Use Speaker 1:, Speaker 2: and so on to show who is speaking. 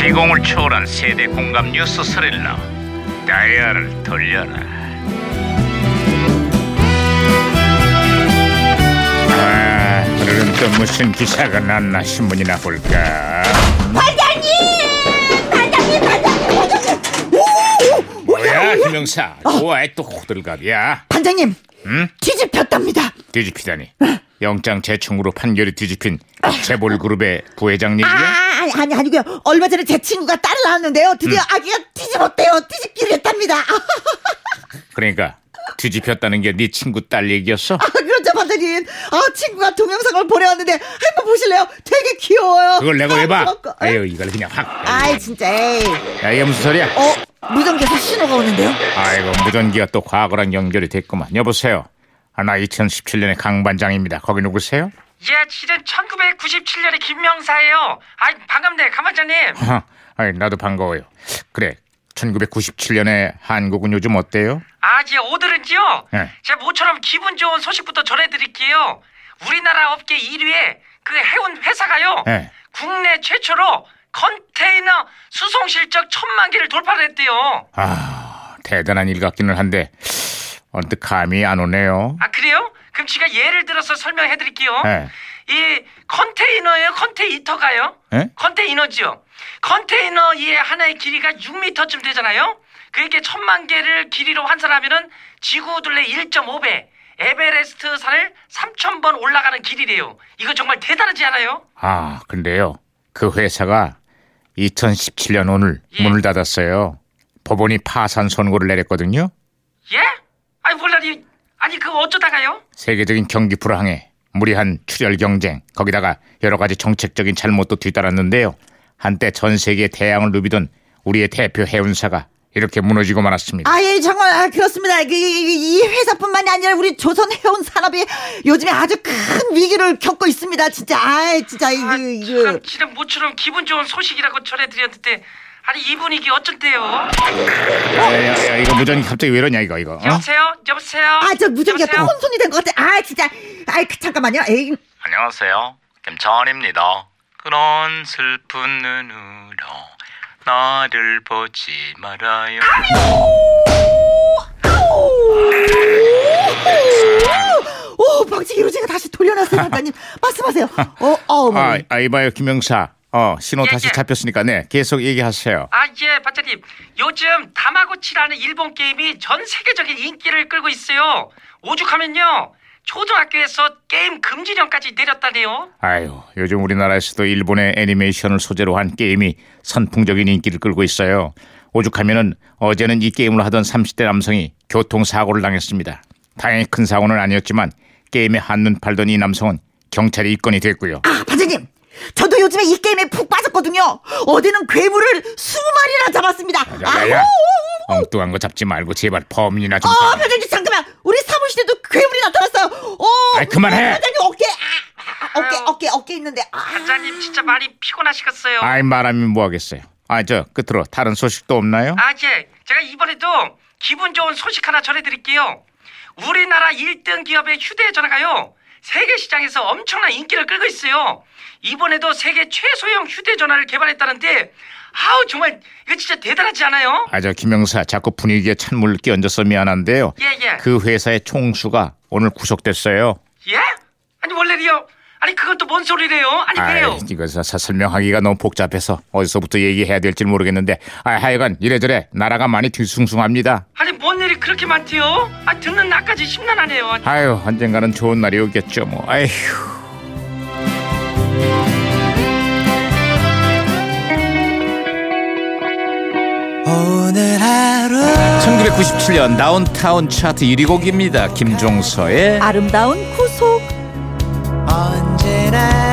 Speaker 1: 감성을 초월한 세대 공감 뉴스 스릴러 다이아를 돌려라 아, 오늘은 또 무슨 기사가 났나 신문이나 볼까
Speaker 2: 반장님! 반장님! 반장님! 반장님!
Speaker 1: 뭐야 김영사 뭐해 또 호들갑이야
Speaker 2: 반장님! 뒤집혔답니다.
Speaker 1: 뒤집히다니 영장 재청으로 판결이 뒤집힌 재벌그룹의 부회장 얘기야?
Speaker 2: 아, 아니, 아니, 아니고요. 얼마 전에 제 친구가 딸을 낳았는데요. 드디어 아기가 뒤집었대요. 뒤집기를 했답니다. 아,
Speaker 1: 그러니까 뒤집혔다는 게 네 친구 딸 얘기였어?
Speaker 2: 그렇죠, 반장님. 아, 친구가 동영상을 보내왔는데 한번 보실래요? 되게 귀여워요.
Speaker 1: 그걸 내고 해봐
Speaker 2: 깜짝 놀랐고.
Speaker 1: 아유 이걸 그냥 확
Speaker 2: 아이, 진짜, 에이.
Speaker 1: 야, 이게 무슨 소리야
Speaker 2: 어, 무전기에서 신호가 오는데요?
Speaker 1: 아이고 무전기가 또 과거랑 연결이 됐구만 여보세요 아, 하나 2017년의 강반장입니다 거기 누구세요?
Speaker 3: 예, 실은 1997년의 김명사예요. 아이, 반갑네, 가만장님.
Speaker 1: 허, 어, 아이, 나도 반가워요 그래 1997년에 한국은 요즘 어때요?
Speaker 3: 아, 예, 오늘은요.
Speaker 1: 예.
Speaker 3: 제 모처럼 기분 좋은 소식부터 전해드릴게요. 우리나라 업계 1위에 그 해운 회사가요.
Speaker 1: 예.
Speaker 3: 국내 최초로 컨테이너 수송 실적 천만 개를 돌파했대요.
Speaker 1: 아 대단한 일 같기는 한데 언뜻 감이 안 오네요
Speaker 3: 아, 그래요? 그럼 제가 예를 들어서 설명해드릴게요.
Speaker 2: 네.
Speaker 1: 예.
Speaker 3: 이 컨테이너예요, 컨테이터가요.
Speaker 2: 네?
Speaker 1: 예?
Speaker 3: 컨테이너지요. 컨테이너 이 하나의 길이가 6m쯤 되잖아요. 그게 천만 개를 길이로 환산하면은 지구 둘레 1.5배, 에베레스트 산을 3,000번 올라가는 길이래요. 이거 정말 대단하지 않아요?
Speaker 1: 아, 근데요. 그 회사가 2017년 오늘
Speaker 3: 예.
Speaker 1: 문을 닫았어요. 법원이 파산 선고를 내렸거든요.
Speaker 3: 예? 아니 몰라니. 아니 그거 어쩌다가요?
Speaker 1: 세계적인 경기 불황에 무리한 출혈 경쟁, 거기다가 여러 가지 정책적인 잘못도 뒤따랐는데요. 한때 전 세계 대양을 누비던 우리의 대표 해운사가 이렇게 무너지고 말았습니다.
Speaker 2: 아, 예, 정말, 아, 그렇습니다. 그, 이, 이 회사뿐만이 아니라 우리 조선 해운 산업이 요즘에 아주 큰 위기를 겪고 있습니다. 진짜, 아 진짜, 이거,
Speaker 3: 아,
Speaker 2: 이거.
Speaker 3: 참 지난 모처럼 기분 좋은 소식이라고 전해드렸는데 아니 이 분위기 어쩐대요? 아.
Speaker 1: 야, 야, 야, 이거 무전기 갑자기 왜 이러냐 이거 이거. 어?
Speaker 3: 여보세요? 여보세요?
Speaker 2: 아, 저 무전기가 또
Speaker 3: 여보세요?
Speaker 2: 혼선이 된 것 같아. 아, 진짜. 아, 그, 잠깐만요. 에이,
Speaker 4: 안녕하세요. 김찬입니다. 그런 슬픈 눈으로 나를 보지 말아요.
Speaker 2: 오, 방치기로 제가 다시 돌려놨어요, 반장님. 말씀하세요. 어, 어, 머
Speaker 1: 아, 아, 이봐요 김영사. 어, 신호
Speaker 3: 예,
Speaker 1: 다시
Speaker 3: 예.
Speaker 1: 잡혔으니까 네, 계속 얘기하세요.
Speaker 3: 아, 예, 반장님. 요즘 다마고치라는 일본 게임이 전 세계적인 인기를 끌고 있어요. 오죽하면요. 초등학교에서 게임 금지령까지 내렸다네요.
Speaker 1: 아유, 요즘 우리나라에서도 일본의 애니메이션을 소재로 한 게임이 선풍적인 인기를 끌고 있어요. 오죽하면은 어제는 이 게임을 하던 30대 남성이 교통사고를 당했습니다. 다행히 큰 사고는 아니었지만 게임에 한눈 팔던 이 남성은 경찰에 입건이 됐고요.
Speaker 2: 아, 반장님. 저도 요즘에 이 게임에 푹 빠졌거든요. 어제는 괴물을 20마리나 잡았습니다. 아,
Speaker 1: 야야야,
Speaker 2: 오,
Speaker 1: 엉뚱한 거 잡지 말고 제발 범인이나 좀.
Speaker 2: 어,
Speaker 1: 잡아.
Speaker 2: 반장님, 잠깐만. 우리 사무실에도 괴물이 나타났어요. 어,
Speaker 1: 아이, 그만해.
Speaker 2: 반장님, 어깨, 아, 아, 어깨, 어깨, 어깨 있는데. 아,
Speaker 3: 반장님 진짜 많이 피곤하시겠어요. 아,
Speaker 1: 아이 말하면 뭐 하겠어요. 아 저 끝으로 다른 소식도 없나요?
Speaker 3: 예. 제가 이번에도 기분 좋은 소식 하나 전해드릴게요. 우리나라 1등 기업의 휴대전화가요. 세계 시장에서 엄청난 인기를 끌고 있어요. 이번에도 세계 최소형 휴대전화를 개발했다는데 아우 정말 이거 진짜 대단하지 않아요?
Speaker 1: 아 저 김영사 자꾸 분위기에 찬물을 끼얹어서 미안한데요.
Speaker 3: 예, 예.
Speaker 1: 그 회사의 총수가 오늘 구속됐어요.
Speaker 3: 예? 아니 원래요. 아니 그건 또 뭔 소리래요? 아니
Speaker 1: 아,
Speaker 3: 그래요.
Speaker 1: 이거 사- 사- 설명하기가 너무 복잡해서 어디서부터 얘기해야 될지 모르겠는데, 아, 하여간 이래저래 나라가 많이 뒤숭숭합니다.
Speaker 3: 아니 뭔 일이 그렇게 많대요? 아 듣는 나까지 심란하네요.
Speaker 1: 아유, 언젠가는 좋은 날이 오겠죠, 뭐. 아휴.
Speaker 5: 오늘 하루 1997년 다운타운 차트 1위 곡입니다 김종서의
Speaker 2: 아름다운 구속.
Speaker 5: 언제나